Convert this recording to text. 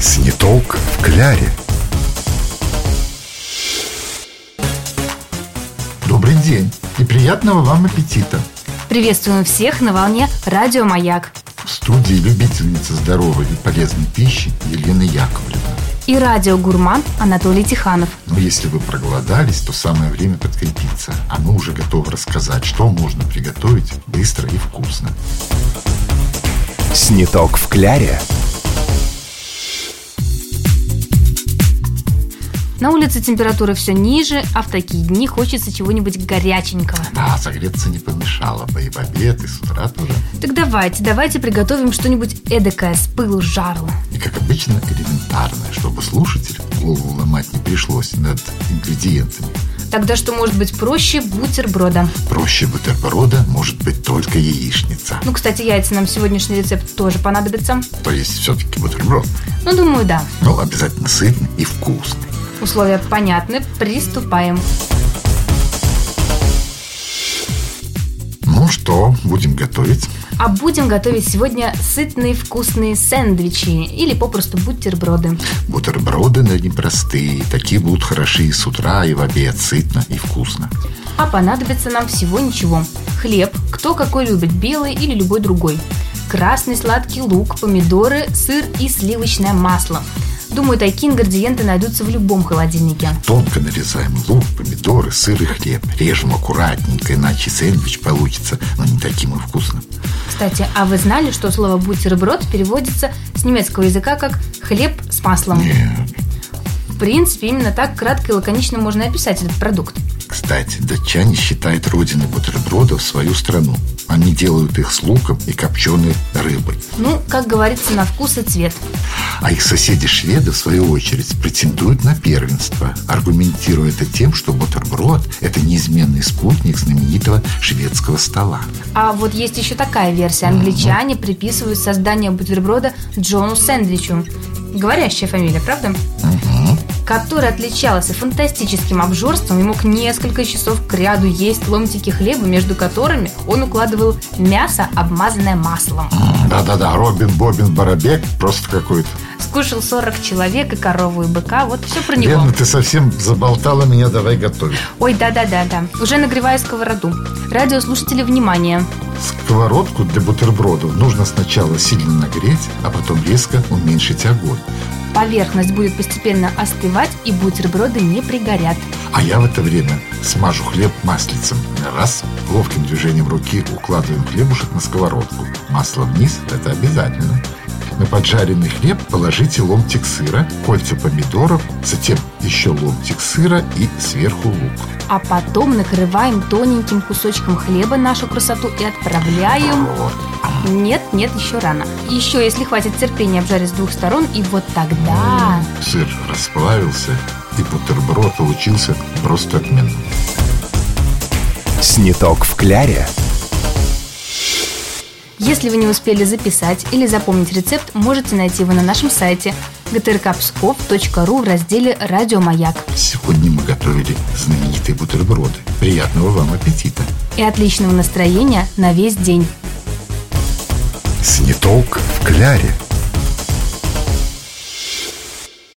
Снитолк в Кляре. Добрый день и приятного вам аппетита! Приветствуем всех на волне «Радио Маяк» В студии любительница здоровой и полезной пищи Елена Яковлевна. и радиогурман Анатолий Тиханов. Но если вы проголодались, то самое время подкрепиться. А мы уже готовы рассказать, что можно приготовить быстро и вкусно. Сниток в кляре. На улице температура все ниже, а в такие дни хочется чего-нибудь горяченького. Да, согреться не помешало бы и в обед, и с утра тоже. Так давайте, давайте приготовим что-нибудь эдакое с пылу с жару. И, как обычно, элементарное, чтобы слушателю голову ломать не пришлось над ингредиентами. Тогда что может быть проще бутерброда? Проще бутерброда может быть только яичница. Ну, кстати, яйца нам в сегодняшний рецепт тоже понадобятся. То есть все-таки бутерброд, Ну, думаю, да. но обязательно сытный и вкусный. Условия понятны, приступаем. Ну что, будем готовить? А будем готовить сегодня сытные вкусные сэндвичи или попросту бутерброды. Бутерброды на непростые. Такие будут хороши и с утра, и в обед. Сытно и вкусно. А понадобится нам всего ничего. Хлеб, кто какой любит, белый или любой другой. Красный сладкий лук, помидоры, сыр и сливочное масло. Думаю, такие ингредиенты найдутся в любом холодильнике. Тонко нарезаем лук, помидоры, сыр и хлеб. Режем аккуратненько, иначе сэндвич получится, но не таким и вкусным. Кстати, а вы знали, что слово бутерброд переводится с немецкого языка как хлеб с маслом? Нет. В принципе, именно так кратко и лаконично можно описать этот продукт. Кстати, датчане считают родиной бутербродов свою страну. Они делают их с луком и копченой рыбой. Ну, как говорится, на вкус и цвет. А их соседи-шведы, в свою очередь, претендуют на первенство, аргументируя это тем, что бутерброд – это неизменный спутник знаменитого шведского стола. А вот есть еще такая версия. Англичане приписывают создание бутерброда Джону Сэндвичу. Говорящая фамилия, правда? Который отличался фантастическим обжорством и мог несколько часов к ряду есть ломтики хлеба, между которыми он укладывал мясо, обмазанное маслом. М, Да-да-да, Робин Бобин Барабек просто какой-то. Скушал 40 человек и корову, и быка. Вот все про него. Лена, ты совсем заболтала меня, давай готовить. Ой, да-да-да-да. Уже нагреваю сковороду. Радиослушатели, внимание. Сковородку для бутербродов нужно сначала сильно нагреть, а потом резко уменьшить огонь. Поверхность будет постепенно остывать, и бутерброды не пригорят. А я в это время смажу хлеб маслицем. Раз, ловким движением руки укладываем хлебушек на сковородку. Масло вниз – это обязательно. На поджаренный хлеб положите ломтик сыра, кольца помидоров, затем еще ломтик сыра и сверху лук. А потом накрываем тоненьким кусочком хлеба нашу красоту и отправляем... Вот. Нет, нет, еще рано. Еще, если хватит терпения, обжарить с двух сторон, и вот тогда... Сыр расплавился, и бутерброд получился просто отменным. Сниток в кляре. Если вы не успели записать или запомнить рецепт, можете найти его на нашем сайте gtrkpskov.ru в разделе «Радио Маяк». Сегодня мы готовили знаменитые бутерброды. Приятного вам аппетита! И отличного настроения на весь день! Сниток в кляре –